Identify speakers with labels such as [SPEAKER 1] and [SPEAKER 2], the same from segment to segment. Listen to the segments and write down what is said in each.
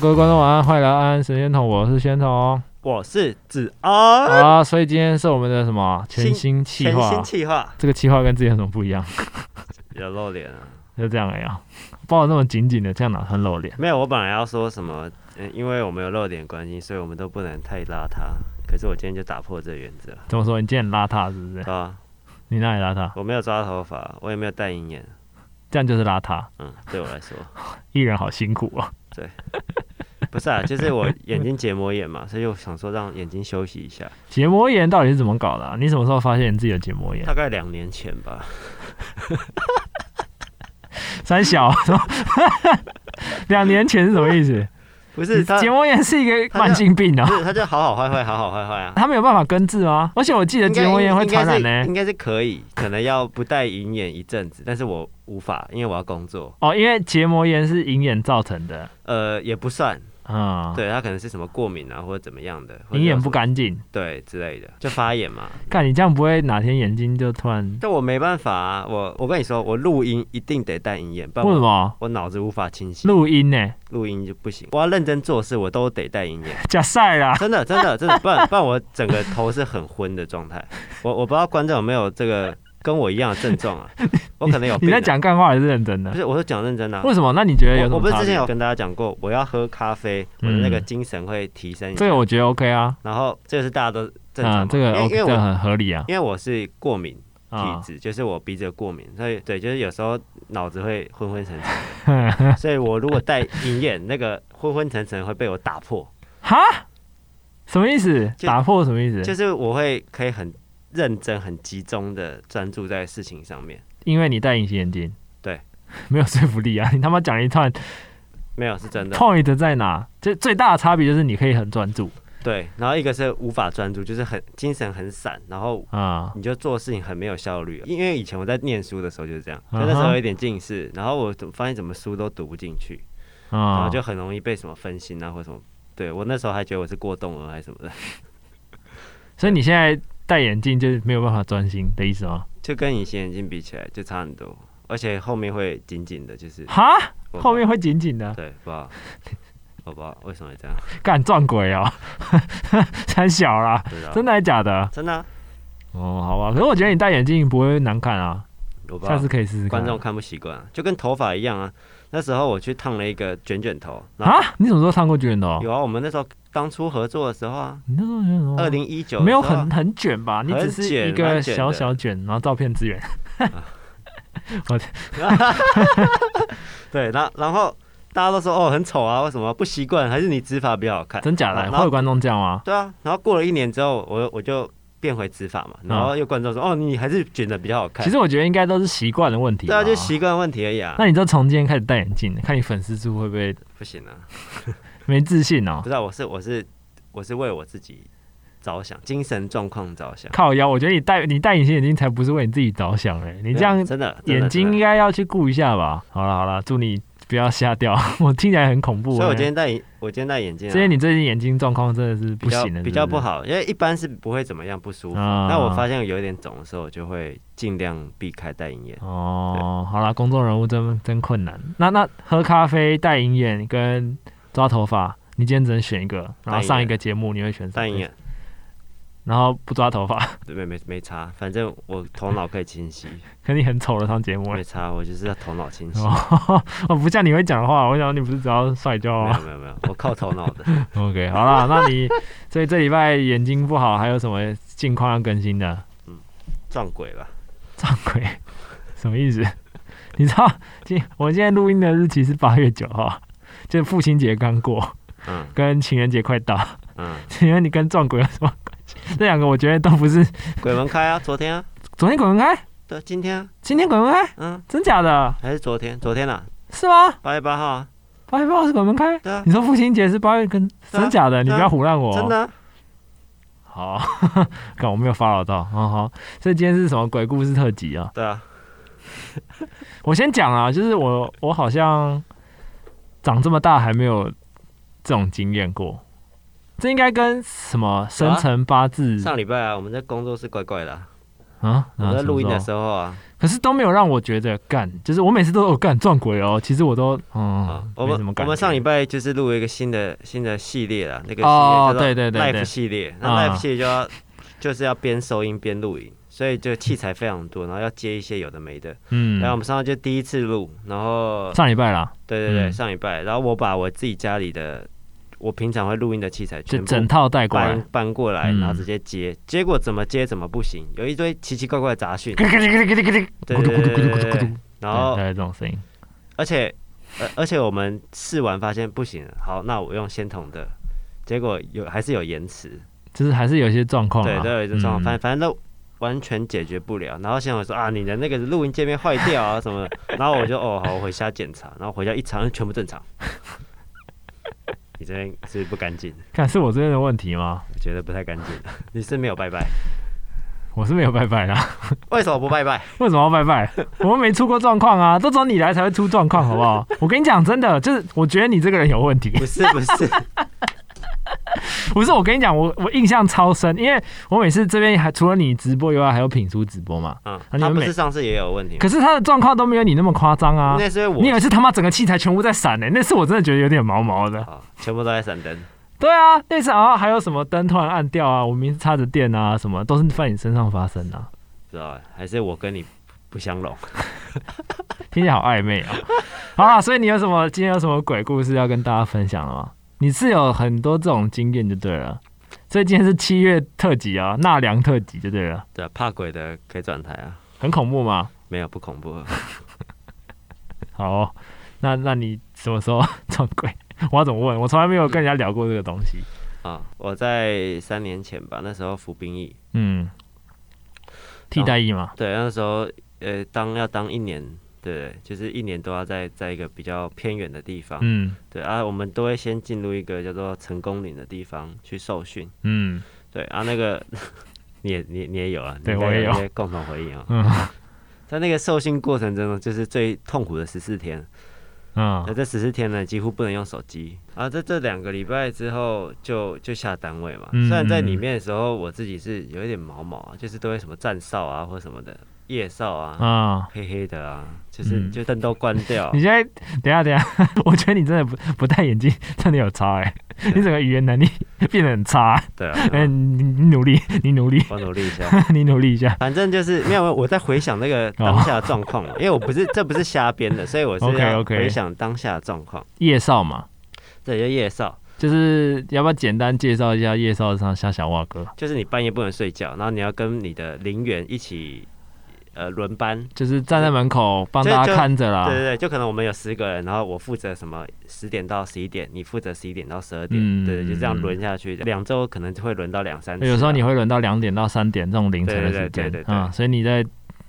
[SPEAKER 1] 各位观众晚安，欢迎来到安安神仙筒，我是仙筒。
[SPEAKER 2] 我是子安，
[SPEAKER 1] 好啊，所以今天是我们的什么全新企
[SPEAKER 2] 全新
[SPEAKER 1] 划？
[SPEAKER 2] 气划，
[SPEAKER 1] 这个企划跟之前有什么不一样？
[SPEAKER 2] 有露脸啊？
[SPEAKER 1] 就这样哎呀，抱得那么紧紧的，这样哪算露脸？
[SPEAKER 2] 没有，我本来要说什么，嗯，因为我们有露脸关系，所以我们都不能太邋遢。可是我今天就打破这原则，
[SPEAKER 1] 怎么说？你今天很邋遢是不是
[SPEAKER 2] 对？吧？
[SPEAKER 1] 你哪里邋遢？
[SPEAKER 2] 我没有抓头发，我也没有戴银眼，
[SPEAKER 1] 这样就是邋遢，
[SPEAKER 2] 嗯，对我来 说，
[SPEAKER 1] 艺人好辛苦哦。
[SPEAKER 2] 不是啊，就是我眼睛结膜炎嘛，所以我想说让眼睛休息一下。
[SPEAKER 1] 结膜炎到底是怎么搞的啊、你什么时候发现你自己有结膜炎？
[SPEAKER 2] 大概两年前吧，
[SPEAKER 1] 三小，啊 两年前是什么意思？
[SPEAKER 2] 不是他，
[SPEAKER 1] 结
[SPEAKER 2] 不
[SPEAKER 1] 膜炎是一个
[SPEAKER 2] 他
[SPEAKER 1] 慢性病啊，
[SPEAKER 2] 是他就好好坏坏，好好坏 坏啊。
[SPEAKER 1] 他没有办法根治吗？而且我记得
[SPEAKER 2] 应该
[SPEAKER 1] 结膜炎会
[SPEAKER 2] 应该
[SPEAKER 1] 传染
[SPEAKER 2] 是
[SPEAKER 1] 呢、
[SPEAKER 2] 应该是可以，可能要不戴银眼一阵子，但是我无法，因为我要工作。
[SPEAKER 1] 哦，因为结膜炎是银眼造成的，
[SPEAKER 2] 呃，也不算，
[SPEAKER 1] 嗯，，
[SPEAKER 2] 对他可能是什么过敏啊，或者怎么样的，或者
[SPEAKER 1] 银
[SPEAKER 2] 有
[SPEAKER 1] 眼
[SPEAKER 2] 什
[SPEAKER 1] 不
[SPEAKER 2] 么
[SPEAKER 1] 干净。
[SPEAKER 2] 对之类的，就发炎 嘛。
[SPEAKER 1] 看你这样不会哪天眼睛就突然
[SPEAKER 2] 但我没办法、啊，我我跟你说，我录音一定得戴银眼，不然
[SPEAKER 1] 为什
[SPEAKER 2] 我
[SPEAKER 1] 么
[SPEAKER 2] 我脑子无法清晰，
[SPEAKER 1] 录音呢、
[SPEAKER 2] 录音就不行。我要认真做事，我都得戴银眼，
[SPEAKER 1] 假赛啦，
[SPEAKER 2] 真的真的真的，不然不然我整个头是很昏的状态。我我不知道观众有没有这个跟我一样的症状啊，我可能有
[SPEAKER 1] 你
[SPEAKER 2] 病、
[SPEAKER 1] 在，讲干话还是认真
[SPEAKER 2] 不
[SPEAKER 1] 的？
[SPEAKER 2] 是，我是讲认真的啊、
[SPEAKER 1] 为什么？那你觉得有什么
[SPEAKER 2] 我我不是
[SPEAKER 1] 差
[SPEAKER 2] 之前
[SPEAKER 1] 别？嗯
[SPEAKER 2] 有跟大家讲过，我要喝咖啡，我的那个精神会提升一下。
[SPEAKER 1] 这个我觉得 OK 啊，
[SPEAKER 2] 然后这个是大家都正常嘛、
[SPEAKER 1] 啊，这个
[SPEAKER 2] 因为
[SPEAKER 1] OK，
[SPEAKER 2] 因
[SPEAKER 1] 这
[SPEAKER 2] 为
[SPEAKER 1] 个
[SPEAKER 2] 我
[SPEAKER 1] 很合理啊，
[SPEAKER 2] 因为我是过敏体
[SPEAKER 1] 啊，
[SPEAKER 2] 质，就是我鼻子有过敏，所以对，就是有时候脑子会昏昏沉沉 的，所以我如果戴银眼，那个昏昏沉沉会被我打破，
[SPEAKER 1] 哈，什么意思？
[SPEAKER 2] 就
[SPEAKER 1] 打破什么意思？
[SPEAKER 2] 就是我会可以很认真、很集中的专注在事情上面。
[SPEAKER 1] 因为你戴隐形眼镜，
[SPEAKER 2] 对，
[SPEAKER 1] 没有说服力啊！你他妈讲一串
[SPEAKER 2] 没有是真的，
[SPEAKER 1] point 在哪？这最大的差别就是你可以很专注
[SPEAKER 2] 对。然后一个是无法专注，就是很精神很散，然后
[SPEAKER 1] 啊，
[SPEAKER 2] 你就做事情很没有效率。因为以前我在念书的时候就是这样，就
[SPEAKER 1] 嗯哼
[SPEAKER 2] 那时候有一点近视，然后我怎么发现怎么书都读不进去，然
[SPEAKER 1] 啊
[SPEAKER 2] 后，就很容易被什么分心啊或什么。对我那时候还觉得我是过动儿还是什么的，
[SPEAKER 1] 所以你现在戴眼镜就是没有办法专心的意思吗？
[SPEAKER 2] 就跟隐形眼镜比起来就差很多，而且后面会紧紧的，就是
[SPEAKER 1] 哈，
[SPEAKER 2] 我
[SPEAKER 1] 后面会紧紧的，
[SPEAKER 2] 对，不知道，我不知道为什么会这样，
[SPEAKER 1] 干撞鬼哦， 太小啦，
[SPEAKER 2] 不知道
[SPEAKER 1] 真的还假的？
[SPEAKER 2] 真的啊、
[SPEAKER 1] 哦，好吧，可是我觉得你戴眼镜不会难看啊，
[SPEAKER 2] 我不知
[SPEAKER 1] 下次
[SPEAKER 2] 道，
[SPEAKER 1] 可以试试看
[SPEAKER 2] 观众看不习惯啊，就跟头发一样啊。那时候我去烫了一个卷卷头，然后
[SPEAKER 1] 啊？你什么时候烫过卷头？
[SPEAKER 2] 有啊，我们那时候当初合作的时候啊，
[SPEAKER 1] 你那时候卷头
[SPEAKER 2] 二零一九
[SPEAKER 1] 哦没有很很卷吧？你只
[SPEAKER 2] 很
[SPEAKER 1] 是
[SPEAKER 2] 卷
[SPEAKER 1] 一个
[SPEAKER 2] 蛮卷的
[SPEAKER 1] 小小卷，然后照片资源。
[SPEAKER 2] 对，然后然后大家都说哦很丑啊，为什么不习惯？还是你直发比较好看？
[SPEAKER 1] 真假
[SPEAKER 2] 然
[SPEAKER 1] 的？
[SPEAKER 2] 后
[SPEAKER 1] 会有观众这样吗？
[SPEAKER 2] 对啊，然后过了一年之后，我我就变回直发嘛，然后又观众说、哦你还是卷的比较好看
[SPEAKER 1] 嗯其，实我觉得应该都是习惯的问题吧。
[SPEAKER 2] 对啊，就习惯问题而已啊，
[SPEAKER 1] 那你就从今天开始戴眼镜，看你粉丝数会不会
[SPEAKER 2] 不行啊。
[SPEAKER 1] 没自信哦
[SPEAKER 2] 不？是、啊，我是我是我是为我自己着想，精神状况着想。
[SPEAKER 1] 靠腰，我觉得你戴你戴隐形眼镜才不是为你自己着想哎、你
[SPEAKER 2] 你
[SPEAKER 1] 这样
[SPEAKER 2] 啊真的真的
[SPEAKER 1] 眼睛
[SPEAKER 2] 真
[SPEAKER 1] 应
[SPEAKER 2] 的
[SPEAKER 1] 该要去顾一下吧。好了好了，祝你不要瞎掉， 我听起来很恐怖、欸。
[SPEAKER 2] 所以我今天戴眼我今天戴眼镜、啊，
[SPEAKER 1] 所以你最近眼睛状况真的是
[SPEAKER 2] 比
[SPEAKER 1] 不
[SPEAKER 2] 较
[SPEAKER 1] 行了，
[SPEAKER 2] 比较不好，因为一般是不会怎么样不舒服。
[SPEAKER 1] 啊
[SPEAKER 2] 那我发现有一点肿的时候，我就会尽量避开戴眼眼。
[SPEAKER 1] 哦，好啦，公众人物真真困难。那那喝咖啡、戴银眼跟抓头发，你今天只能选一个，然后上一个节目你会选什么
[SPEAKER 2] 戴眼眼，
[SPEAKER 1] 然后不抓头发，
[SPEAKER 2] 对没没没差，反正我头脑可以 清晰，
[SPEAKER 1] 可你很丑的上节目
[SPEAKER 2] 没。差，我就是要头脑清晰。
[SPEAKER 1] 哦，我不像你会讲话，我想你不是只要帅就好
[SPEAKER 2] 没
[SPEAKER 1] 吗
[SPEAKER 2] 有没有没有，我靠头脑的。
[SPEAKER 1] ？OK，好啦，那你所以这礼拜眼睛不好，还有什么近况要更新的？
[SPEAKER 2] 撞鬼吧，
[SPEAKER 1] 撞鬼 什么意思？ 你知道今我们现在录音的日期是八月九号，就父亲节刚过。
[SPEAKER 2] 嗯
[SPEAKER 1] 跟情人节快到，
[SPEAKER 2] 嗯，
[SPEAKER 1] 请问你跟撞鬼有什么关系？这两个我觉得都不是。
[SPEAKER 2] 鬼门开啊，昨天啊，
[SPEAKER 1] 昨天鬼门开，
[SPEAKER 2] 对，今天啊，
[SPEAKER 1] 今天鬼门开，
[SPEAKER 2] 嗯，
[SPEAKER 1] 真假的？
[SPEAKER 2] 还是昨天，昨天啊，
[SPEAKER 1] 是吗？
[SPEAKER 2] 八月八号啊，
[SPEAKER 1] 八月八号是鬼门开？
[SPEAKER 2] 对啊
[SPEAKER 1] 你，说父亲节是八月跟，
[SPEAKER 2] 对啊
[SPEAKER 1] 真假的？你
[SPEAKER 2] 对啊
[SPEAKER 1] 不要胡乱我。
[SPEAKER 2] 真的。啊。
[SPEAKER 1] 好， 看我没有发扰到。好好，所以今天是什么鬼故事特辑啊？
[SPEAKER 2] 对啊，
[SPEAKER 1] 我先讲啊，就是我我好像长这么大还没有这种经验过。这应该跟什么生辰八字
[SPEAKER 2] 上礼拜啊，我们在工作室怪怪的啊、
[SPEAKER 1] 嗯啊？
[SPEAKER 2] 我们在录音的
[SPEAKER 1] 候，
[SPEAKER 2] 时候啊，
[SPEAKER 1] 可是都没有让我觉得干，就是我每次都有干撞鬼哦。其实我都
[SPEAKER 2] 啊
[SPEAKER 1] 嗯，，
[SPEAKER 2] 我
[SPEAKER 1] 没什么
[SPEAKER 2] 们我
[SPEAKER 1] 感觉
[SPEAKER 2] 们上礼拜就是录了一个新的新的系列啦，那个系列
[SPEAKER 1] 哦
[SPEAKER 2] 叫做
[SPEAKER 1] 对对对
[SPEAKER 2] Life
[SPEAKER 1] 对
[SPEAKER 2] 系列，那
[SPEAKER 1] 啊
[SPEAKER 2] Life 系列就要就是要边收音边录影，所以就器材非常多，然后要接一些有的没的。然后我
[SPEAKER 1] 嗯，
[SPEAKER 2] 们上次就第一次录，然后
[SPEAKER 1] 上礼拜啦，
[SPEAKER 2] 对对对，
[SPEAKER 1] 嗯
[SPEAKER 2] 上礼拜，然后我把我自己家里的我平常会录音的器材
[SPEAKER 1] 就
[SPEAKER 2] 全部
[SPEAKER 1] 整套带过来
[SPEAKER 2] 搬，搬过来，
[SPEAKER 1] 嗯
[SPEAKER 2] 然后直接接，结果怎么接怎么不行，有一堆奇奇怪怪的杂讯
[SPEAKER 1] 咕，噜咕噜咕噜咕噜咕噜
[SPEAKER 2] 对
[SPEAKER 1] 咕噜咕噜咕
[SPEAKER 2] 对
[SPEAKER 1] 噜咕噜咕嗯
[SPEAKER 2] 对对
[SPEAKER 1] 噜
[SPEAKER 2] 对，然
[SPEAKER 1] 对
[SPEAKER 2] 后
[SPEAKER 1] 大概这种声音。
[SPEAKER 2] 而且，呃，而且我们试完发现不行，好，那我用先筒的，结果有还是有延迟，
[SPEAKER 1] 就是还是有一些状况、啊，
[SPEAKER 2] 对，都有一种状
[SPEAKER 1] 嗯
[SPEAKER 2] 况，反反正都完全解决不了。然后先我说啊，你的那个录音界面坏掉啊什么的，然后我就哦好，我回家检查，然后回家一查嗯全部正常。你这边是不是不干净，
[SPEAKER 1] 看是我这边的问题吗？
[SPEAKER 2] 我觉得不太干净， 你是没有拜拜，
[SPEAKER 1] 我是没有拜拜啦，
[SPEAKER 2] 为什么不拜拜？
[SPEAKER 1] 为什么要拜 拜？我们没出过状况啊，都找你来才会出状况，好不好？ 我跟你讲，真的，就是我觉得你这个人有问题。
[SPEAKER 2] 不是不是，
[SPEAKER 1] 不是，我跟你讲，我我印象超深，因为我每次这边还除了你直播以外，还有品叔直播嘛，
[SPEAKER 2] 嗯，
[SPEAKER 1] 那啊你
[SPEAKER 2] 他
[SPEAKER 1] 们
[SPEAKER 2] 不
[SPEAKER 1] 每
[SPEAKER 2] 是上次也有问题吗？
[SPEAKER 1] 可是他的状况都没有你那么夸张啊。
[SPEAKER 2] 那是因为
[SPEAKER 1] 你
[SPEAKER 2] 我
[SPEAKER 1] 有一次他妈整个器材全部在闪呢、那次我真的觉得有点毛毛的。
[SPEAKER 2] 好，全部都在闪灯。
[SPEAKER 1] 对啊，那次好像还有什么灯突然暗掉啊，我明明插着电啊，什么都是在你身上发生的、啊。
[SPEAKER 2] 知道吧还是我跟你不相容。
[SPEAKER 1] 听起来好暧昧啊、 好啦，所以你有什么今天有什么鬼故事要跟大家分享了吗？你是有很多这种经验就对了，所以今天是七月特辑啊，纳凉特辑就对了，
[SPEAKER 2] 对啊，怕鬼的可以转台啊，
[SPEAKER 1] 很恐怖吗？
[SPEAKER 2] 没有不恐怖。啊
[SPEAKER 1] 好哦、那那你什么时候撞鬼？我要怎么问？我从来没有跟人家聊过这个东西。
[SPEAKER 2] 啊，我在三年前吧，那时候服兵役，
[SPEAKER 1] 嗯，替代役嘛，
[SPEAKER 2] 对，那时候呃当要当一年，对，就是一年都要在在一个比较偏远的地方，
[SPEAKER 1] 嗯
[SPEAKER 2] 对啊，我们都会先进入一个叫做成功岭的地方去受训，
[SPEAKER 1] 嗯，
[SPEAKER 2] 对啊，那个 你也你也你也有啊，
[SPEAKER 1] 对
[SPEAKER 2] 你应该
[SPEAKER 1] 我也有
[SPEAKER 2] 一些共同回忆啊、
[SPEAKER 1] 嗯
[SPEAKER 2] 在那个受训过程中呢，就是最痛苦的十四天，那
[SPEAKER 1] 嗯
[SPEAKER 2] 这十四天呢，几乎不能用手机啊。在这两个礼拜之后就，就下单位嘛。
[SPEAKER 1] 嗯
[SPEAKER 2] 虽然在里面的时候，我自己是有一点毛毛啊，就是都会什么站哨啊，或什么的夜哨啊，
[SPEAKER 1] 啊。
[SPEAKER 2] 黑黑的啊，就是、
[SPEAKER 1] 嗯
[SPEAKER 2] 就灯都关掉
[SPEAKER 1] 你。现在等一下等一下， 我觉得你真的不不戴眼镜真的有差哎、你整个语言能力变得很差、
[SPEAKER 2] 对啊，
[SPEAKER 1] 哎、你你努力， 你努力，
[SPEAKER 2] 我努力一下。
[SPEAKER 1] 你努力一下。
[SPEAKER 2] 反正就是没有，我在回想那个当下的状况， 因为我不是这不是瞎编的，所以我是
[SPEAKER 1] OK，OK
[SPEAKER 2] 要回想当下的状况。
[SPEAKER 1] 叶少嘛，
[SPEAKER 2] 对，就夜哨，
[SPEAKER 1] 就是要不要简单介绍一下叶少上下小袜哥？
[SPEAKER 2] 就是你半夜不能睡觉，然后你要跟你的陵园一起呃轮班，
[SPEAKER 1] 就是站在门口帮
[SPEAKER 2] 就
[SPEAKER 1] 大
[SPEAKER 2] 就
[SPEAKER 1] 家看着啦。
[SPEAKER 2] 对对对，就可能我们有十个人，然后我负责什么十点到十一点，你负责十一点到十二点，
[SPEAKER 1] 嗯哎
[SPEAKER 2] 对对，就这样轮下去，两周可能就会轮到两三次啊。
[SPEAKER 1] 有时候你会轮到两点到三点这种凌晨的时
[SPEAKER 2] 对对对对
[SPEAKER 1] 间
[SPEAKER 2] 对，对
[SPEAKER 1] 啊，所以你在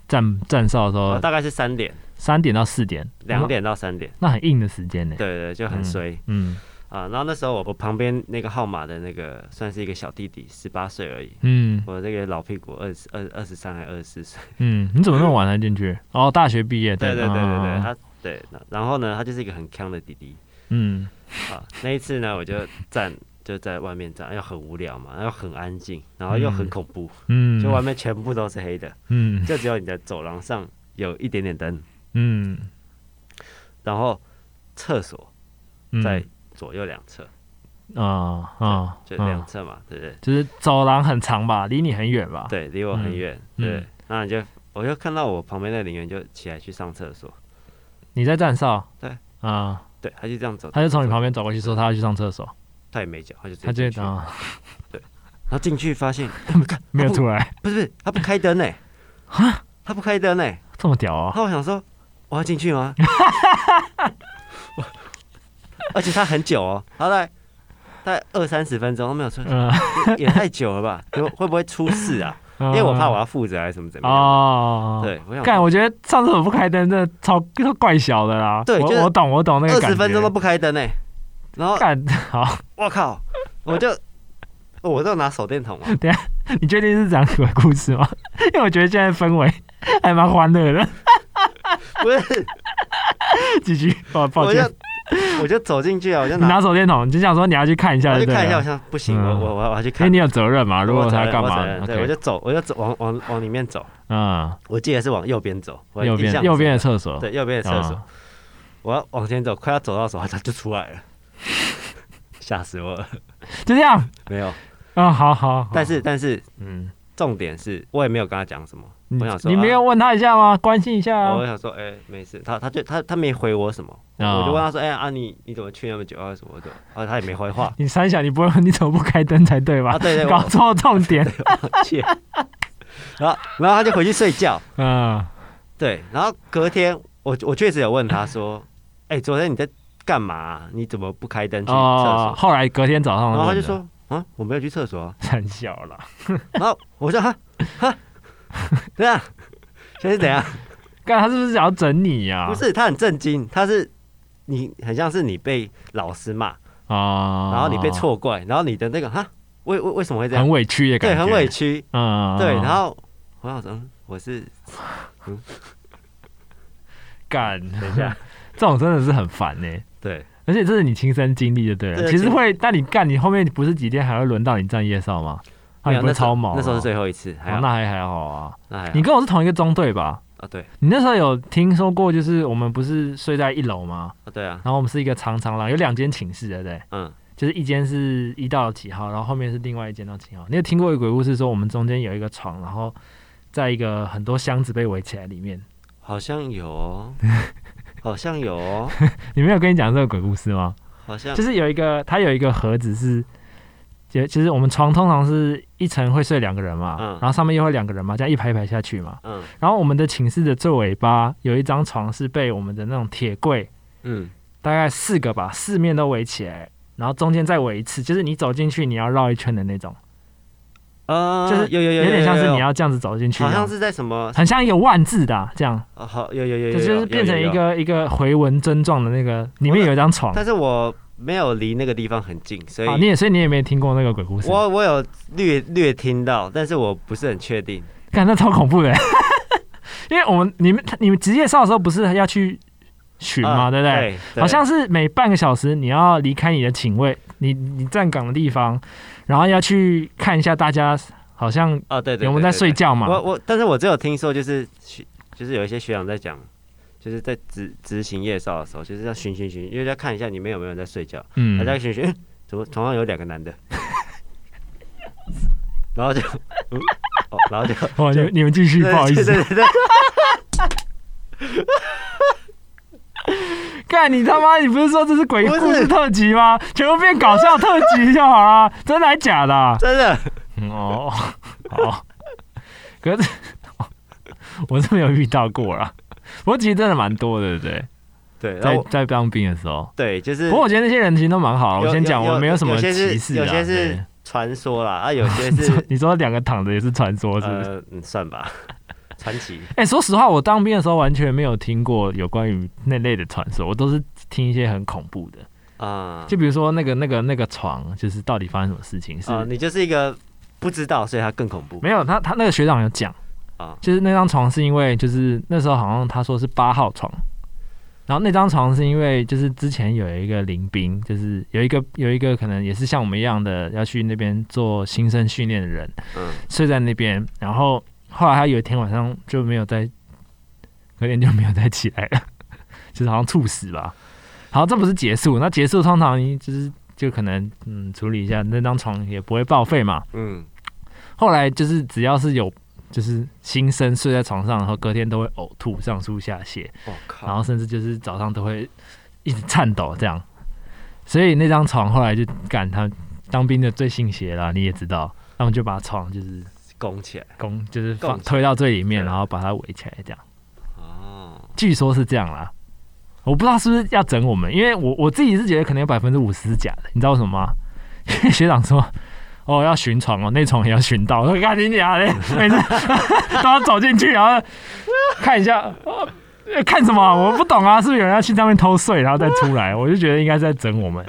[SPEAKER 1] 站站哨的时
[SPEAKER 2] 哦
[SPEAKER 1] 候，
[SPEAKER 2] 大概是三点、
[SPEAKER 1] 三点到四点，
[SPEAKER 2] 两，点到三点，
[SPEAKER 1] 那很硬的时间呢。
[SPEAKER 2] 对对对，就很衰
[SPEAKER 1] 嗯
[SPEAKER 2] 啊。然后那时候我我旁边那个号码的那个算是一个小弟弟，十八岁而已。
[SPEAKER 1] 嗯
[SPEAKER 2] 我这个老屁股，二十二二十三还二十四岁，
[SPEAKER 1] 嗯，你怎么那么晚才进去？哦，大学毕业，
[SPEAKER 2] 对对对对对，
[SPEAKER 1] 嗯
[SPEAKER 2] 他对，然后呢，他就是一个很强的弟弟
[SPEAKER 1] 嗯
[SPEAKER 2] 啊。那一次呢，我就站就在外面站，又很无聊嘛，又很安静，然后又很
[SPEAKER 1] 嗯
[SPEAKER 2] 恐怖，
[SPEAKER 1] 嗯，
[SPEAKER 2] 就外面全部都是黑的，
[SPEAKER 1] 嗯
[SPEAKER 2] 就只有你的走廊上有一点点灯，
[SPEAKER 1] 嗯
[SPEAKER 2] 然后厕所
[SPEAKER 1] 嗯
[SPEAKER 2] 在左右两侧，
[SPEAKER 1] 啊啊
[SPEAKER 2] 就两
[SPEAKER 1] 啊，
[SPEAKER 2] 侧嘛，对不对？
[SPEAKER 1] 就是走廊很长吧，离你很远吧？
[SPEAKER 2] 对，离我很远，
[SPEAKER 1] 啊嗯
[SPEAKER 2] 对。那你就我就看到我旁边那林员就起来去上厕所，
[SPEAKER 1] 你在站哨，
[SPEAKER 2] 对
[SPEAKER 1] 啊，
[SPEAKER 2] 对，他就这样走，
[SPEAKER 1] 他就从你旁边走过去说他要去上厕所，
[SPEAKER 2] 他也没讲，他就直
[SPEAKER 1] 他就
[SPEAKER 2] 接进去，然
[SPEAKER 1] 啊
[SPEAKER 2] 后进去发现
[SPEAKER 1] 没有出 来，
[SPEAKER 2] 不是不是，他不开 灯呢，他不开灯呢，
[SPEAKER 1] 这么屌 啊！
[SPEAKER 2] 然后我想说我要进去吗？ 我而且他很久哦，他大概大概二三十分钟都没有出来，
[SPEAKER 1] 嗯，
[SPEAKER 2] 也太久了吧？就会不会出事 啊？
[SPEAKER 1] 因
[SPEAKER 2] 因为我怕我要负责还是什么怎么样？
[SPEAKER 1] 哦，
[SPEAKER 2] 对，我想
[SPEAKER 1] 干，我觉得上厕所不开灯真的超超怪小的啦。
[SPEAKER 2] 对
[SPEAKER 1] 我
[SPEAKER 2] 就是
[SPEAKER 1] 我懂，我懂那个
[SPEAKER 2] 二
[SPEAKER 1] 感
[SPEAKER 2] 十
[SPEAKER 1] 觉。
[SPEAKER 2] 分钟都不开灯呢、然后
[SPEAKER 1] 干好，
[SPEAKER 2] 我靠，我就哦我都拿手电筒啊，
[SPEAKER 1] 你确定是讲鬼故事吗？ 因为我觉得现在氛围还蛮欢乐的。
[SPEAKER 2] 不是，
[SPEAKER 1] 继续，抱抱
[SPEAKER 2] 我就
[SPEAKER 1] 歉，
[SPEAKER 2] 我就走进去啊，我就
[SPEAKER 1] 你
[SPEAKER 2] 拿
[SPEAKER 1] 拿手电筒，你就想说你要去看一
[SPEAKER 2] 我
[SPEAKER 1] 下
[SPEAKER 2] 就
[SPEAKER 1] 就对了，
[SPEAKER 2] 看一下，我想不行，
[SPEAKER 1] 嗯
[SPEAKER 2] 我我我我要去
[SPEAKER 1] 因为
[SPEAKER 2] 看
[SPEAKER 1] 你。有责任嘛。如
[SPEAKER 2] 我
[SPEAKER 1] 果
[SPEAKER 2] 承
[SPEAKER 1] 他
[SPEAKER 2] 认
[SPEAKER 1] 干
[SPEAKER 2] 我
[SPEAKER 1] 嘛
[SPEAKER 2] 承认对，我
[SPEAKER 1] ？OK，
[SPEAKER 2] 就走，我就走，往往往里面走，
[SPEAKER 1] 嗯，
[SPEAKER 2] 我记得是往右边走，我
[SPEAKER 1] 右
[SPEAKER 2] 印
[SPEAKER 1] 边
[SPEAKER 2] 象
[SPEAKER 1] 右
[SPEAKER 2] 中
[SPEAKER 1] 边的厕所，
[SPEAKER 2] 对右边的厕所，
[SPEAKER 1] 嗯
[SPEAKER 2] 我要往前走，快要走到的时候，它就出来 了，吓死我了。
[SPEAKER 1] 就这样
[SPEAKER 2] 没有，
[SPEAKER 1] 啊，好好，好
[SPEAKER 2] 但是但是
[SPEAKER 1] 嗯，
[SPEAKER 2] 重点是我也没有跟他讲什么，
[SPEAKER 1] 你
[SPEAKER 2] 我想说
[SPEAKER 1] 你没有问他一下吗？关心一下
[SPEAKER 2] 啊
[SPEAKER 1] 啊
[SPEAKER 2] 我，想说哎、没事，他他就他他没回我什么，
[SPEAKER 1] 哦。
[SPEAKER 2] 我就问他说哎、啊你你怎么去那么久啊什么的，啊他也没回话
[SPEAKER 1] 你三小你不会，你怎么不开灯才对吧
[SPEAKER 2] 啊，？对 对，我
[SPEAKER 1] 搞错重点，
[SPEAKER 2] 去，然后然后他就回去睡觉。
[SPEAKER 1] 嗯，
[SPEAKER 2] 对，然后隔天我我确实有问他说，哎、昨天你在干嘛啊、你怎么不开灯去厕所？
[SPEAKER 1] 哦，后来隔天早上，
[SPEAKER 2] 然后他就说啊，我没有去厕所啊。
[SPEAKER 1] 三小了，
[SPEAKER 2] 然后我说哈哈，对啊，现在是怎样？
[SPEAKER 1] 干他是不是想要整你呀？
[SPEAKER 2] 不是，他很震惊，他是你很像是你被老师骂，
[SPEAKER 1] 啊，
[SPEAKER 2] 然后你被错怪，然后你的那个哈，为为为什么会这样
[SPEAKER 1] 很？委屈的感
[SPEAKER 2] 对，
[SPEAKER 1] 觉，
[SPEAKER 2] 很委，屈。
[SPEAKER 1] 嗯，
[SPEAKER 2] 对，然后我想说，嗯我是
[SPEAKER 1] 干，
[SPEAKER 2] 等一下，
[SPEAKER 1] 这种真的是很烦呢。
[SPEAKER 2] 对，
[SPEAKER 1] 而且这是你亲身经历就对了，
[SPEAKER 2] 对
[SPEAKER 1] 其实会，但你干，你后面不是几天还会轮到你站夜哨吗？那啊
[SPEAKER 2] 没
[SPEAKER 1] 你
[SPEAKER 2] 有
[SPEAKER 1] 不是
[SPEAKER 2] 那时候
[SPEAKER 1] 超毛吗？
[SPEAKER 2] 那时候是最后一次，还
[SPEAKER 1] 哦
[SPEAKER 2] 好，
[SPEAKER 1] 那还还好啊。
[SPEAKER 2] 那还好
[SPEAKER 1] 你跟我是同一个中队吧？
[SPEAKER 2] 啊，对
[SPEAKER 1] 你那时候有听说过，就是我们不是睡在一楼吗？
[SPEAKER 2] 啊，对啊，
[SPEAKER 1] 然后我们是一个长长廊，有两间寝室，对不对？
[SPEAKER 2] 嗯。
[SPEAKER 1] 就是一间是一到几号，然后后面是另外一间到几号。你有听过一个鬼故事说，我们中间有一个床，然后在一个很多箱子被围起来里面。
[SPEAKER 2] 好像有 哦，好像有哦，
[SPEAKER 1] 你没有跟你讲这个鬼故事吗？
[SPEAKER 2] 好像
[SPEAKER 1] 就是有一个，它有一个盒子是，就其实我们床通常是一层会睡两个人嘛，
[SPEAKER 2] 嗯
[SPEAKER 1] 然后上面又会两个人嘛，这样一排一排下去嘛。
[SPEAKER 2] 嗯
[SPEAKER 1] 然后我们的寝室的最尾巴有一张床是被我们的那种铁柜，
[SPEAKER 2] 嗯
[SPEAKER 1] 大概四个吧，四面都围起来，然后中间再围一次，就是你走进去你要绕一圈的那种，
[SPEAKER 2] 啊，
[SPEAKER 1] 就是
[SPEAKER 2] 有有有
[SPEAKER 1] 有点像是你
[SPEAKER 2] 有，
[SPEAKER 1] 要这样子走进去，
[SPEAKER 2] 好像是在什么
[SPEAKER 1] 很像一个万字的、啊、这样，
[SPEAKER 2] 哦好有有有有，
[SPEAKER 1] 就
[SPEAKER 2] 有
[SPEAKER 1] 是变成一，
[SPEAKER 2] 有有有
[SPEAKER 1] 个一个回纹症状的那个，里面有一张床
[SPEAKER 2] 但是我没有离那个地方很近，所以
[SPEAKER 1] 啊，你也所以你也没听过那个鬼故事，
[SPEAKER 2] 我我有略略听到，但是我不是很确定。
[SPEAKER 1] 干那超恐怖的，欸因为我们你们你们职业哨的时候不是要去巡嘛，
[SPEAKER 2] 啊
[SPEAKER 1] 对不对？
[SPEAKER 2] 对，
[SPEAKER 1] 好像是每半个小时你要离开你的寝位，你你站岗的地方，然后要去看一下大家好像
[SPEAKER 2] 哦对对，
[SPEAKER 1] 有没有
[SPEAKER 2] 对
[SPEAKER 1] 在
[SPEAKER 2] 对
[SPEAKER 1] 睡
[SPEAKER 2] 对
[SPEAKER 1] 觉嘛。
[SPEAKER 2] 我我，但是我只有听说，就是学，就是有一些学长在讲，就是在执执行夜哨的时候，就是要巡巡巡，因为要看一下你们有没有人在睡觉。
[SPEAKER 1] 嗯
[SPEAKER 2] 大，家寻寻，嗯怎么同样有两个男的？然后就，嗯哦，然后就，
[SPEAKER 1] 哦，你们你们继续，不好意
[SPEAKER 2] 对
[SPEAKER 1] 思，
[SPEAKER 2] 对对对，
[SPEAKER 1] 干你他妈！你不是说这是鬼
[SPEAKER 2] 不是
[SPEAKER 1] 故事特辑吗？全部变搞笑特辑就好了，真的还假的啊？
[SPEAKER 2] 真的，
[SPEAKER 1] 嗯哦， 好，可是 我是没有遇到过啦。不过其实真的蛮多的，对不对？
[SPEAKER 2] 对，然
[SPEAKER 1] 在
[SPEAKER 2] 后我
[SPEAKER 1] 在当兵的时候，
[SPEAKER 2] 对，就是
[SPEAKER 1] 不过我觉得那些人其实都蛮好的。啊
[SPEAKER 2] 有
[SPEAKER 1] 我先讲，
[SPEAKER 2] 有
[SPEAKER 1] 我没
[SPEAKER 2] 有
[SPEAKER 1] 什么
[SPEAKER 2] 有些是
[SPEAKER 1] 歧视啊。
[SPEAKER 2] 有些是
[SPEAKER 1] 对
[SPEAKER 2] 传说啦，啊，有些是，
[SPEAKER 1] 你说两个躺着也是传说，是不是？
[SPEAKER 2] 呃，嗯，算吧，传奇，
[SPEAKER 1] 哎、说实话，我当兵的时候完全没有听过有关于那类的传说，我都是听一些很恐怖的，
[SPEAKER 2] 啊，
[SPEAKER 1] 就比如说那个那个那个床，就是到底发生什么事情是、
[SPEAKER 2] 啊，你就是一个不知道，所以他更恐怖
[SPEAKER 1] 没有，他他那个学长有讲
[SPEAKER 2] 啊
[SPEAKER 1] 就是那张床是因为就是那时候好像他说是八号床，然后那张床是因为就是之前有一个临兵，就是有一个有一个可能也是像我们一样的要去那边做新生训练的人
[SPEAKER 2] 嗯，
[SPEAKER 1] 睡在那边，然后后来他有一天晚上就没有再，隔天就没有再起来了，就是好像猝死吧。好，这不是结束，那结束通常就是就可能嗯处理一下那张床也不会报废嘛，
[SPEAKER 2] 嗯，
[SPEAKER 1] 后来就是只要是有就是新生睡在床上，然后隔天都会呕吐、上吐下泻，
[SPEAKER 2] 我
[SPEAKER 1] 然
[SPEAKER 2] 靠，
[SPEAKER 1] 后甚至就是早上都会一直颤抖这样。所以那张床后来就赶他当兵的最信邪啦，你也知道，他们就把床就是
[SPEAKER 2] 拱起来，
[SPEAKER 1] 拱就是
[SPEAKER 2] 拱
[SPEAKER 1] 放
[SPEAKER 2] 起来
[SPEAKER 1] 推到最里面，
[SPEAKER 2] 对
[SPEAKER 1] 然后把它围起来这样。
[SPEAKER 2] 哦，
[SPEAKER 1] 据说是这样啦，我不知道是不是要整我们，因为我我自己是觉得可能有百分之五十是假的，你知道为什么吗？因为学长说。哦，要巡床哦，那床也要巡到。我说赶紧点啊，每次都要走进去，然后看一下，哦呃看什么啊？我不懂啊，是不是有人要去上面偷睡，然后再出来？我就觉得应该是在整我们，